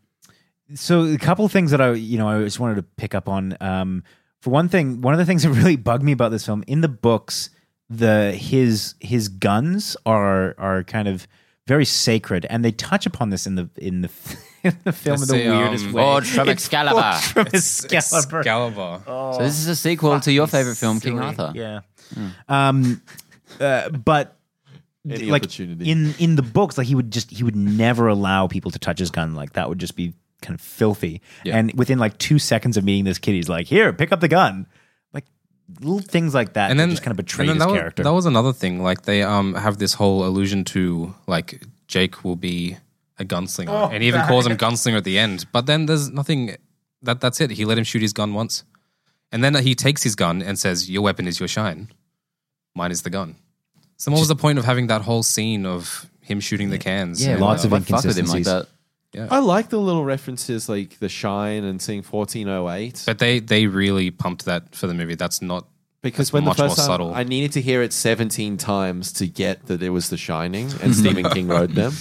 S2: so a couple of things that I you know I just wanted to pick up on. Um, for one thing, one of the things that really bugged me about this film in the books, the his his guns are are kind of very sacred, and they touch upon this in the in the in the film
S4: Let's
S2: in the
S4: say, um,
S2: weirdest way.
S3: Forged from
S2: It's forged
S3: Excalibur.
S2: from Excalibur.
S4: Excalibur.
S3: So this is a sequel to your favorite film, King
S2: Silly.
S3: Arthur.
S2: Yeah.
S4: Hmm.
S2: Um, uh, but
S1: Any
S2: like
S1: opportunity.
S2: in in the books, like he would just he would never allow people to touch his gun. Like that would just be kind of filthy. And within like two seconds of meeting this kid, he's like, "Here, pick up the gun." Like little things like that,
S4: and then
S2: just kind of betray
S4: and then
S2: his
S4: that was-
S2: character.
S4: that was another thing. Like they um have this whole allusion to like Jake will be a gunslinger, and he even calls him gunslinger at the end. But then there's nothing. That that's it. He let him shoot his gun once, and then he takes his gun and says, "Your weapon is your shine, mine is the gun." So what was the point of having that whole scene of him shooting the cans?
S3: Yeah,
S4: and,
S2: lots
S4: uh,
S2: of
S3: why fuck with him like
S2: inconsistencies.
S3: that.
S1: I like the little references like the shine and seeing 1408
S4: But they they really pumped that for the movie. That's not
S1: because
S4: that's
S1: when the
S4: much more
S1: first time
S4: subtle.
S1: I needed to hear it 17 times to get that it was The Shining and Stephen King wrote them.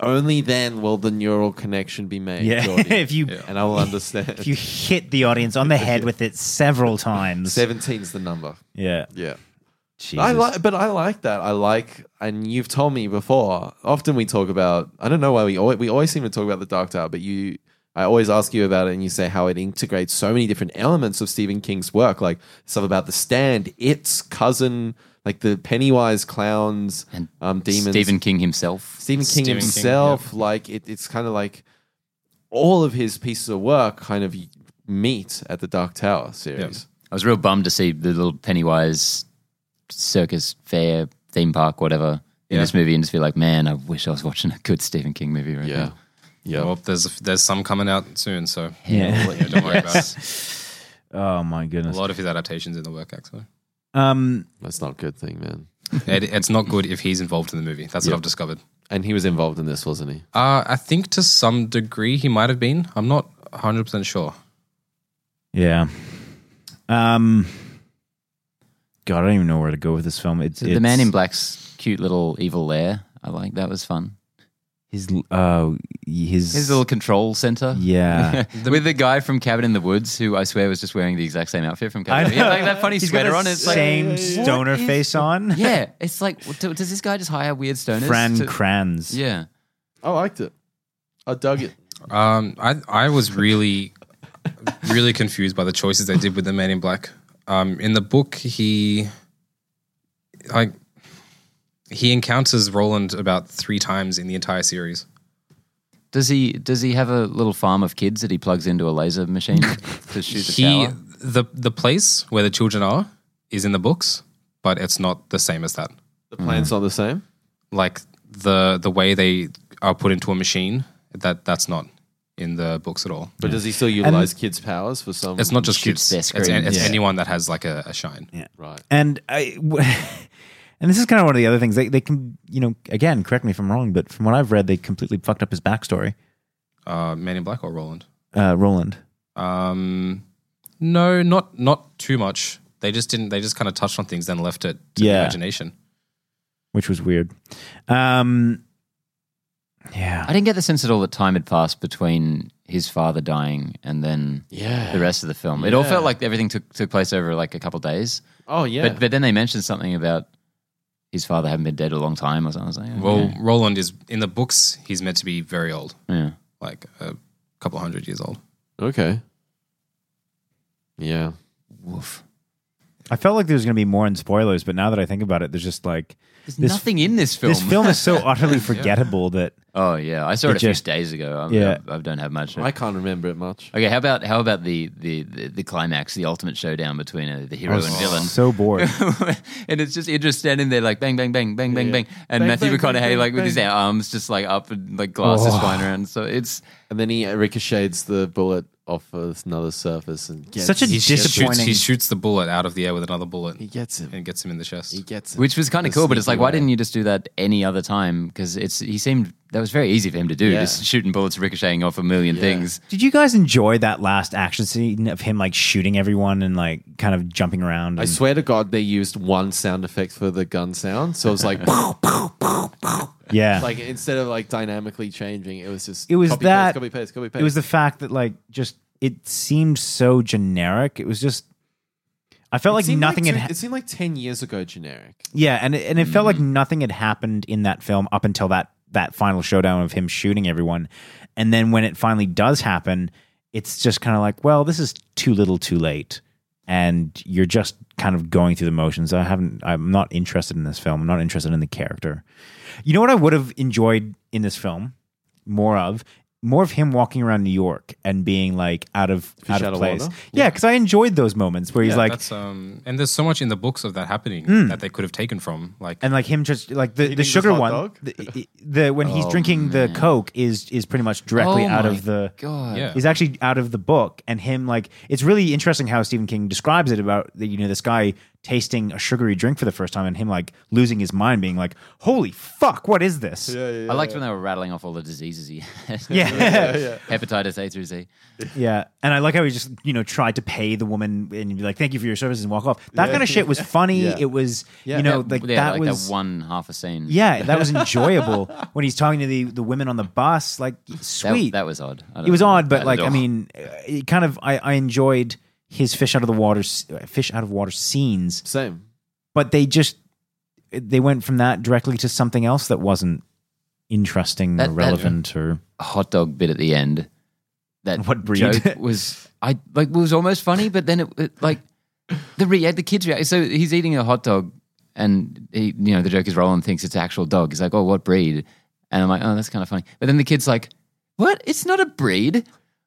S1: Only then will the neural connection be made.
S2: yeah,
S1: Geordie.
S2: if you
S1: and I will understand.
S2: if you hit the audience on the head with it several times,
S1: 17's the number.
S2: yeah,
S1: Yeah.
S2: Jesus.
S1: I like but I like that. I like and you've told me before. Often we talk about I don't know why we always we always seem to talk about the Dark Tower, but you I always ask you about it, and you say how it integrates so many different elements of Stephen King's work, like stuff about the stand, its cousin, like the Pennywise clowns,
S3: And
S1: um, demons,
S3: Stephen King himself.
S1: Stephen King
S4: Stephen King,
S1: himself, like it, it's kind of like all of his pieces of work kind of meet at the Dark Tower series.
S3: I was real bummed to see the little Pennywise circus fair theme park whatever in
S4: Yeah.
S3: this movie and just be like, man, I wish I was watching a good Stephen King movie right
S1: Yeah,
S3: now.
S1: yeah.
S4: Well, there's there's some coming out soon, so
S2: Yeah.
S4: you know, don't worry about it.
S2: Oh my
S4: A
S2: goodness.
S4: lot of his adaptations in the work actually.
S2: Um,
S1: That's not a good thing, man.
S4: It, it's not good if he's involved in the movie. That's
S1: Yeah.
S4: what I've discovered.
S1: And he was involved in this, wasn't he?
S4: Uh, I think to some degree he might have been. I'm not 100 percent sure.
S2: yeah. Um, God, I don't even know where to go with this film. It's,
S3: The Man
S2: it's-
S3: in Black's cute little evil lair. I like that was fun.
S2: His uh, his
S3: His little control center.
S2: yeah.
S3: With the guy from Cabin in the Woods, who I swear was just wearing the exact same outfit from
S2: I
S3: Cabin. Yeah, like that funny
S2: He's got
S3: sweater
S2: the
S3: on. It's like
S2: same stoner
S3: What is-
S2: face on.
S3: yeah, it's like what- do- does this guy just hire weird stoners?
S2: Fran
S3: to-
S2: Kranz.
S3: yeah,
S1: I liked it. I dug it.
S4: Um, I I was really really confused by the choices they did with the Man in Black. Um, in the book, he like he encounters Roland about three times in the entire series.
S3: does he does he have a little farm of kids that he plugs into a laser machine to shoot the
S4: he
S3: tower?
S4: the the place where the children are is in the books, but it's not the same as that.
S1: The plan's not the same.
S4: Like the the way they are put into a machine that that's not in the books at all.
S1: But does he still utilize kids' powers for some?
S4: It's not just
S3: Shoots
S4: kids.
S3: their
S4: It's,
S3: screen,
S4: it's
S3: yeah.
S4: anyone that has like a, a shine.
S1: right.
S2: And I, w- and this is kind of one of the other things they they can you know again correct me if I'm wrong, but from what I've read, they completely fucked up his backstory.
S4: Uh, Man in Black or Roland.
S2: Uh, Roland.
S4: Um, no, not not too much. They just didn't. They just kind of touched on things, then left it to
S2: Yeah.
S4: the imagination.
S2: which was weird. Um,
S3: I
S2: yeah,
S3: didn't get the sense at all that time had passed between his father dying and then
S1: Yeah.
S3: the rest of the film. It all
S1: Yeah.
S3: felt like everything took took place over like a couple of days.
S1: Oh yeah.
S3: But but then they mentioned something about his father having been dead a long time or something. I was like,
S4: Well,
S3: okay.
S4: Roland is in the books. He's meant to be very old,
S3: yeah.
S4: like a couple hundred years old.
S1: okay. Yeah.
S3: Woof.
S2: I felt like there was going to be more in spoilers, but now that I think about it, there's just like
S3: There's
S2: This-
S3: nothing in this film.
S2: this film is so utterly forgettable that
S3: oh yeah, I saw it,
S2: It
S3: a few
S2: just-
S3: days ago. I,
S2: Yeah.
S3: yeah. I, I don't have much.
S1: I can't remember it much.
S3: Okay, how about how about the the, the, the climax, the ultimate showdown between uh, the
S2: I
S3: hero and
S2: was
S3: villain?
S2: so bored.
S3: and it's just Idris standing there like bang bang bang bang bang
S1: Yeah.
S3: bang, and
S1: Bang,
S3: Matthew
S1: bang, bang,
S3: McConaughey
S1: bang,
S3: like with his
S1: bang. Oh.
S3: arms just like up and like glasses flying around. So it's
S1: And then he ricochets the bullet off of another surface and gets
S2: Such a
S1: he
S4: He shoots,
S2: disappointing.
S4: he shoots the bullet out of the air with another bullet
S1: He gets him.
S4: and gets him in the
S1: He
S4: chest.
S1: gets it.
S3: which was kind of cool, but it's like, why didn't
S1: you?
S3: you just do that any other time? Because it's he seemed that was very easy for him to do,
S1: Yeah.
S3: just shooting bullets ricocheting off a million things.
S2: Did you guys enjoy that last action scene of him like shooting everyone and like kind of jumping around?
S1: I
S2: and-
S1: swear to God, they used one sound effect for the gun sound. So it was like,
S2: yeah,
S1: like instead of like dynamically changing, it was just
S2: It was
S1: copy paste,
S2: that-
S1: copy paste, copy paste.
S2: it was the fact that like just it seemed so generic. It was just I felt
S1: It
S2: like
S1: seemed
S2: nothing
S1: Like
S2: had
S1: two-
S2: ha-
S1: it seemed like ten years ago. Generic.
S2: Yeah, and it, and it felt like nothing had happened in that film up until that that final showdown of him shooting everyone, and then when it finally does happen, it's just kind of like, well, this is too little, too late, and you're just kind of going through the motions. I haven't. I'm not interested in this film. I'm not interested in the character. You know what I would have enjoyed in this film more of. More of him walking around New York and being like out of out
S1: out
S2: of
S1: of
S2: place,
S1: water?
S2: yeah. Because I enjoyed those moments where he's like, Hmm.
S4: That's um, and there's so much in the books of that happening that they could have taken from. Like,
S2: and like him just like the, the
S1: his
S2: sugar
S1: hot
S2: one
S1: dog?
S2: the, the when he's drinking the coke is is pretty much directly
S3: Oh
S2: out
S3: my
S2: of the
S3: God.
S4: yeah,
S2: is actually out of the book and him like it's really interesting how Stephen King describes it about the, you know this guy tasting a sugary drink for the first time and him like losing his mind being like holy fuck what is this yeah
S3: I liked when they were rattling off all the diseases he had.
S2: yeah,
S3: hepatitis A through Z.
S2: and I like how he just you know tried to pay the woman and be like thank you for your services and walk off that kind of shit was funny
S1: Yeah.
S2: it was
S1: Yeah.
S2: you know
S3: Yeah,
S2: like
S3: yeah,
S2: that
S3: like
S2: was
S3: that one half a scene.
S2: yeah that was enjoyable when he's talking to the the women on the bus like
S3: that,
S2: sweet
S3: that was odd. I don't
S2: it was
S3: know
S2: odd,
S3: that
S2: but
S3: at
S2: like I
S3: all.
S2: mean, uh, it kind of I, I enjoyed his fish out of the water s- uh, fish out of water scenes,
S1: Same.
S2: but they just they went from that directly to something else that wasn't interesting
S3: That-
S2: or
S3: that-
S2: relevant or
S3: hot dog bit at the end that
S2: What breed?
S3: joke was I like was almost funny, but then it, it like the re- the kids react. So he's eating a hot dog, and he, you know the joke is Roland thinks it's an actual dog. He's like, "Oh, what breed?" And I'm like, "Oh, that's kind of funny." But then the kid's like, "What? It's not a breed."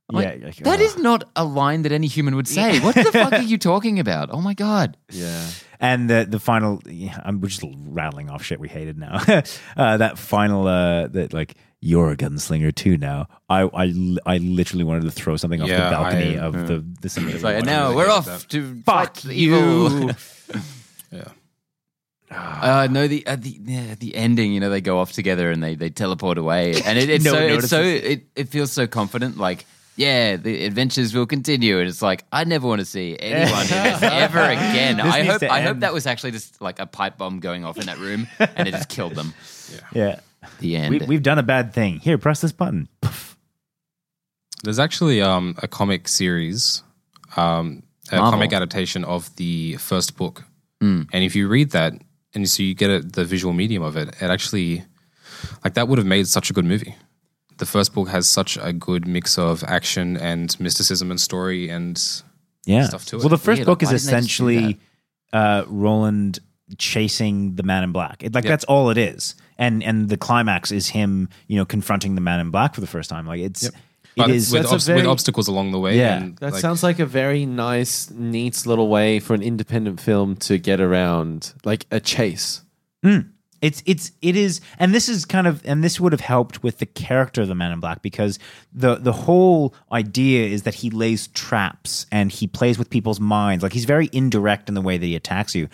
S3: I'm like,
S2: Yeah, like,
S3: that
S2: oh.
S3: is not a line that any human would say. What the fuck are you talking about? Oh my god!
S1: Yeah.
S2: And the the final, yeah, I'm we're just rattling off shit we hated now. uh, that final, uh, that like you're a gunslinger too now. I I, li- I literally wanted to throw something off
S4: Yeah,
S2: the balcony
S4: I-
S2: of the the cinema.
S3: It's like, and now we're off to
S2: Fuck
S3: fight evil.
S2: you.
S4: Yeah.
S3: Uh, no, the uh, the yeah, the ending. You know, they go off together and they they teleport away, and it, it's
S2: No
S3: so
S2: one
S3: it's so it, it feels so confident. Like, yeah, the adventures will continue, and it's like I never want to see anyone in this ever again.
S2: This
S3: I
S2: needs
S3: hope
S2: to
S3: I hope
S2: end.
S3: that was actually just like a pipe bomb going off in that room, and it just killed them.
S2: yeah.
S3: The
S2: We,
S3: end.
S2: we've done a bad thing. Here, press this button. Poof.
S4: There's actually um, a comic series, um, a
S3: Marvel.
S4: comic adaptation of the first book.
S2: Hmm.
S4: And if you read that, and so you get it, the visual medium of it, it actually, like, that would have made such a good movie. The first book has such a good mix of action and mysticism and story and
S2: Yeah.
S4: Stuff to it.
S2: Well, the first
S3: Weird,
S2: book is
S3: why didn't they just do
S2: essentially uh, Roland chasing the Man in Black. It, like that's all it is, and and the climax is him, you know, confronting the Man in Black for the first time. Like it's it
S4: but
S2: is
S4: with,
S2: that's a
S4: obs-
S2: very-
S4: with obstacles along the way.
S2: Yeah.
S4: and,
S1: That
S4: like,
S1: sounds like a very nice, neat little way for an independent film to get around, like a chase.
S2: It's it's it is, and this is kind of, and this would have helped with the character of the Man in Black because the the whole idea is that he lays traps and he plays with people's minds. Like he's very indirect in the way that he attacks you,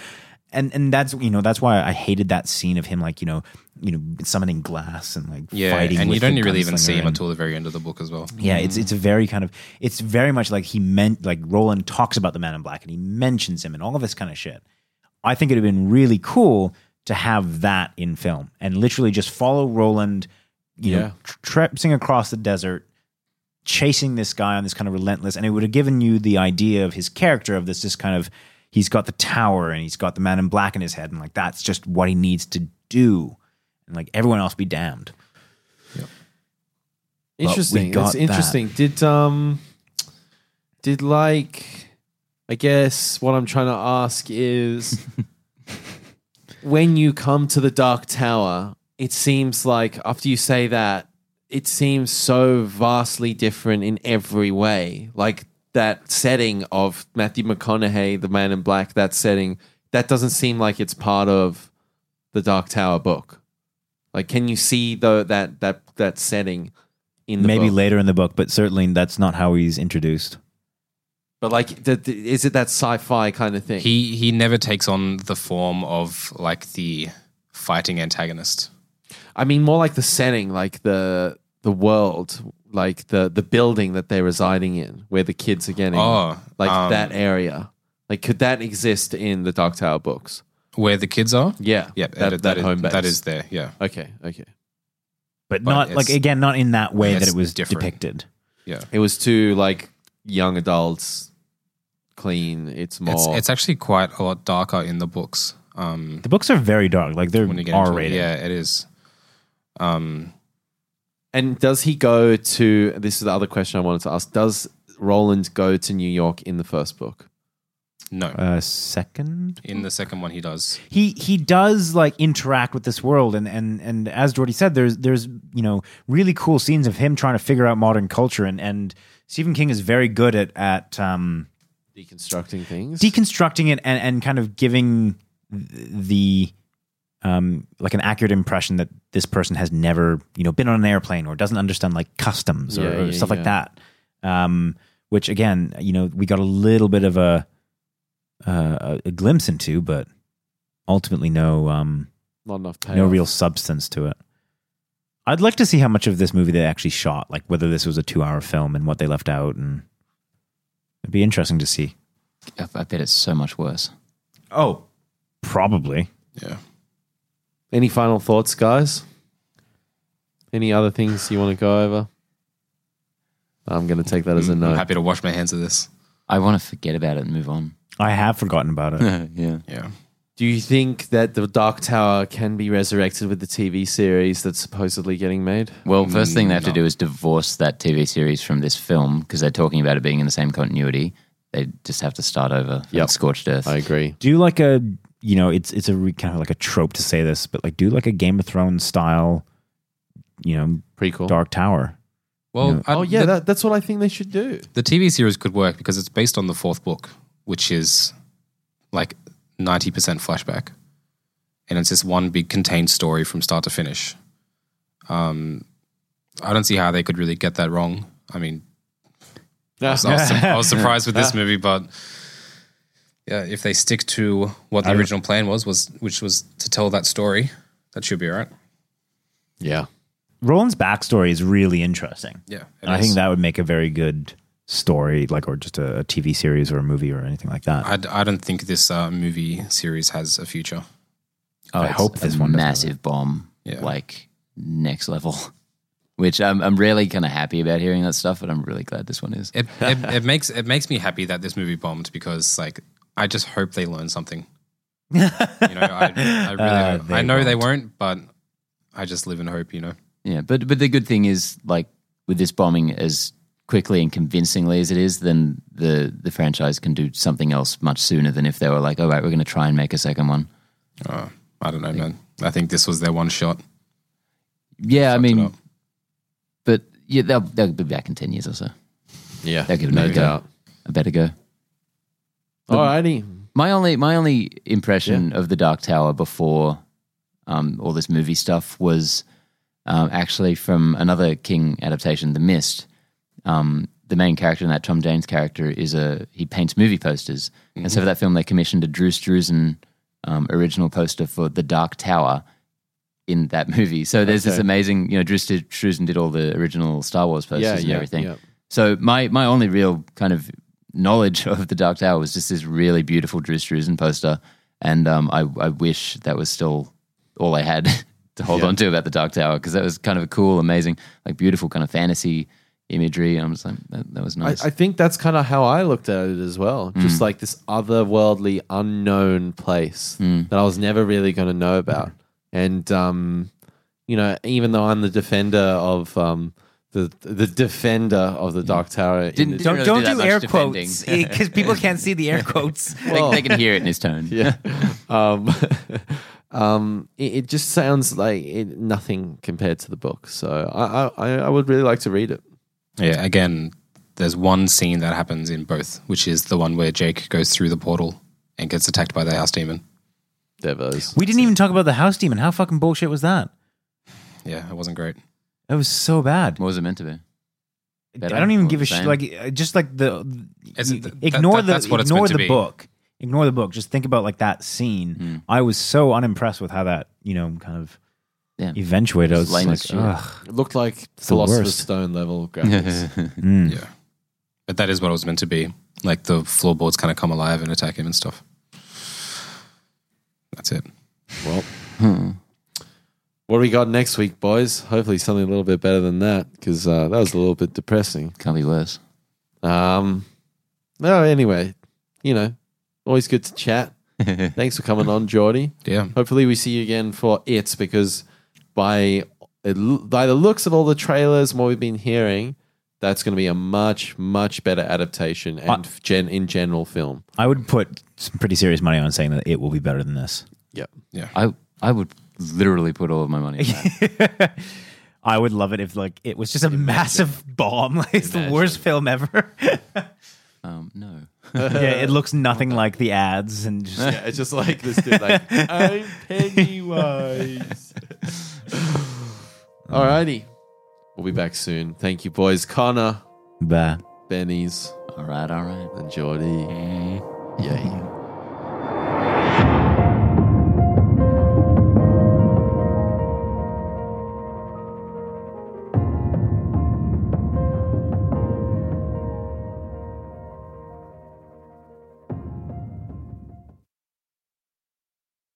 S2: and and that's you know that's why I hated that scene of him like you know you know summoning glass and like
S4: yeah,
S2: fighting
S4: and you
S2: with the
S4: don't really even see
S2: gunslinger
S4: him
S2: and-
S4: until the very end of the book as well.
S2: yeah, it's it's a very kind of it's very much like he meant like Roland talks about the Man in Black and he mentions him and all of this kind of shit. I think it'd have been really cool to have that in film and literally just follow Roland, you
S1: Yeah.
S2: know, tr- traipsing across the desert, chasing this guy on this kind of relentless, and it would have given you the idea of his character of this just kind of he's got the tower and he's got the Man in Black in his head and like that's just what he needs to do, and like everyone else be damned. we
S1: Interesting.
S2: got
S1: That's
S2: that.
S1: interesting. Did um, did like, I guess what I'm trying to ask is, when you come to the Dark Tower, it seems like after you say that, it seems so vastly different in every way. Like that setting of Matthew McConaughey, the Man in Black, that setting that doesn't seem like it's part of the Dark Tower book. Like, can you see though that that that setting? In the
S2: Maybe
S1: book?
S2: later in the book, but certainly that's not how he's introduced.
S1: But like, the, the, is it that sci-fi kind of thing?
S4: He he never takes on the form of like the fighting antagonist.
S1: I mean, more like the setting, like the the world, like the the building that they're residing in, where the kids are getting,
S4: Oh,
S1: like
S4: um,
S1: that area. Like, could that exist in the Dark Tower books?
S4: Where the kids are?
S1: Yeah,
S4: Yeah,
S1: that, that,
S4: is-
S1: home base.
S4: That is there, yeah.
S1: okay. Okay,
S4: But
S2: but, not like
S4: it's-
S2: again not in that way that
S4: it's
S2: it was
S4: different.
S2: depicted
S4: Yeah.
S1: it was too like young adults, clean. It's more.
S4: It's, it's actually quite a lot darker in the books. Um,
S2: the books are very dark like they're
S4: when you get into it.
S2: r-rated
S4: Yeah, it is. Um,
S1: and does he go to? This is the other question I wanted to ask. Does Roland go to New York in the first book?
S4: no.
S2: uh second
S4: in the second one, he does.
S2: he he does like interact with this world and and and as Doherty said there's there's you know really cool scenes of him trying to figure out modern culture and and Stephen King is very good at at um
S1: Deconstructing things.
S2: deconstructing it and, and kind of giving the um, like an accurate impression that this person has never you know been on an airplane or doesn't understand like customs or,
S1: Yeah,
S2: or
S1: yeah,
S2: stuff like
S1: yeah.
S2: that. Um, which again, you know, we got a little bit of a uh, a glimpse into, but ultimately no um,
S1: Not enough.
S2: no
S1: payoff.
S2: real substance to it. I'd like to see how much of this movie they actually shot, like whether this was a two-hour film and what they left out, and it'd be interesting to see.
S3: I, I bet it's so much worse.
S2: Oh, probably.
S4: Yeah.
S1: Any final thoughts, guys? Any other things you want to go over? I'm going to take that as a
S4: Mm, I'm
S1: no.
S4: happy to wash my hands of this.
S3: I want to forget about it and move on.
S2: I have forgotten about it.
S3: yeah.
S4: Yeah.
S1: Do you think that the Dark Tower can be resurrected with the TV series that's supposedly getting made?
S3: Well, first thing they
S2: Mm,
S3: have to do is divorce that TV series from this film because they're talking about it being in the same continuity. They just have to start over. Yeah,
S1: Yep.
S3: scorched earth.
S1: I agree.
S2: Do like a you know it's it's a re, kind of like a trope to say this, but like do like a Game of Thrones style, you know,
S1: Prequel.
S2: Dark Tower.
S4: Well, I-
S1: Oh yeah,
S4: the,
S1: that, that's what I think they should do.
S4: the TV series could work because it's based on the fourth book, which is like ninety percent flashback, and it's this one big contained story from start to finish. Um, I don't see how they could really get that wrong. I mean, I was, I was, sur- I was surprised with this movie, but yeah, if they stick to what the original plan was, was which was to tell that story, that should be all right.
S1: Yeah.
S2: Roland's backstory is really interesting.
S4: Yeah, it
S2: And I
S4: is.
S2: think that would make a very good story, like or just a, a TV series or a movie or anything like that.
S4: I, d- I don't think this uh, movie series has a future.
S3: Oh,
S2: I
S3: it's
S2: hope this
S3: a
S2: one doesn't have
S3: massive bomb,
S4: Yeah.
S3: like next level. Which I'm I'm really kind of happy about hearing that stuff, but I'm really glad this one is.
S4: It, it, it makes it makes me happy that this movie bombed because like I just hope they learn something. you know, I, I really
S2: Uh,
S4: hope-
S2: they
S4: I know they
S2: won't.
S4: won't, but I just live in hope. You know,
S3: Yeah, but but the good thing is like with this bombing as quickly and convincingly as it is, then the the franchise can do something else much sooner than if they were like, all right, we're going to try and make a second one.
S4: uh, I don't know, man. I think this was their one shot.
S3: Yeah, I
S4: Fucked it
S3: mean,
S4: up.
S3: but yeah, they'll they'll be back in ten years or so.
S1: Yeah.
S3: They'll give it another go. I better go.
S1: Alrighty.
S3: My only my only impression of the Dark Tower before um, all this movie stuff was um, actually from another King adaptation, The Mist. Um, the main character in that Tom James character is a he paints movie posters, and
S1: Mm-hmm.
S3: so for that film they commissioned a Drew Struzan um, original poster for the Dark Tower in that movie. So there's this
S1: Okay.
S3: amazing, you know, Drew Stru- Struzan did all the original Star Wars posters
S1: Yeah.
S3: and
S1: Yeah.
S3: everything.
S1: yeah.
S3: So my my only real kind of knowledge of the Dark Tower was just this really beautiful Drew Struzan poster, and um, I I wish that was still all I had to hold
S1: Yeah.
S3: on to about the Dark Tower because that was kind of a cool, amazing, like beautiful kind of fantasy imagery. And I'm just like that, that was
S1: I,
S3: nice.
S1: I think that's kind of how I looked at it as well.
S2: Mm.
S1: Just like this otherworldly, unknown place
S2: Mm.
S1: that I was never really going to know about. And, um, you know, even though I'm the defender of um, the the defender of the
S2: Mm.
S1: Dark Tower, in
S3: Didn't-
S1: this-
S3: didn't-
S2: don't
S3: really
S2: don't
S3: do that
S2: do
S3: much
S2: air
S3: defending.
S2: quotes because people can't see the air quotes.
S3: they, they can hear it in his tone.
S1: yeah. um, um, it, it just sounds like it, nothing compared to the book. So I, I, I would really like to read it.
S4: Yeah, again, there's one scene that happens in both, which is the one where Jake goes through the portal and gets attacked by the house demon.
S1: Devos.
S2: We didn't even talk about the house demon. How fucking bullshit was that?
S4: Yeah, it wasn't great.
S2: That was so bad.
S3: What was it meant to be? Better
S2: I don't even
S3: or
S2: give
S3: the
S2: a shit.
S3: same?
S2: Like uh, just like the
S4: It's-
S2: you-
S4: th- that-
S2: ignore
S4: that- that's
S2: the
S4: what it's
S2: ignore
S4: meant to
S2: the
S4: be.
S2: book. Ignore the book. Just think about like that scene.
S3: Hmm.
S2: I was so unimpressed with how that you know kind of
S3: Yeah.
S2: eventuated. I
S3: It's
S2: was
S3: lame
S2: just
S3: as
S2: like,
S3: shit.
S2: ugh.
S1: It looked like
S2: the
S1: Philosopher's
S2: worst.
S1: Stone level graphics.
S2: Mm.
S4: Yeah, but that is what it was meant to be. Like the floorboards kind of come alive and attack him and stuff. That's it.
S1: well,
S3: Hmm.
S1: what do we got next week, boys? Hopefully something a little bit better than that because uh, that was a little bit depressing.
S3: Can't be worse.
S1: Um, no, anyway, you know, always good to chat. Thanks for coming on, Geordie.
S4: Yeah.
S1: Hopefully, we see you again for it because by it, l- by the looks of all the trailers and what we've been hearing, that's going to be a much much better adaptation and f- gen in general film.
S2: I would put some pretty serious money on saying that it will be better than this.
S1: Yep.
S3: I I would literally put all of my money. on that.
S2: I would love it if like it was just a massive bomb. Like, it's the worst film ever.
S3: um, no.
S2: yeah, it looks nothing like the ads and just
S1: Yeah, it's just like this dude, like I'm Pennywise. Alrighty, we'll be back soon. Thank you, boys. Connor,
S2: bah.
S1: Benny's,
S3: All right. All right.
S1: and Geordie. Yay.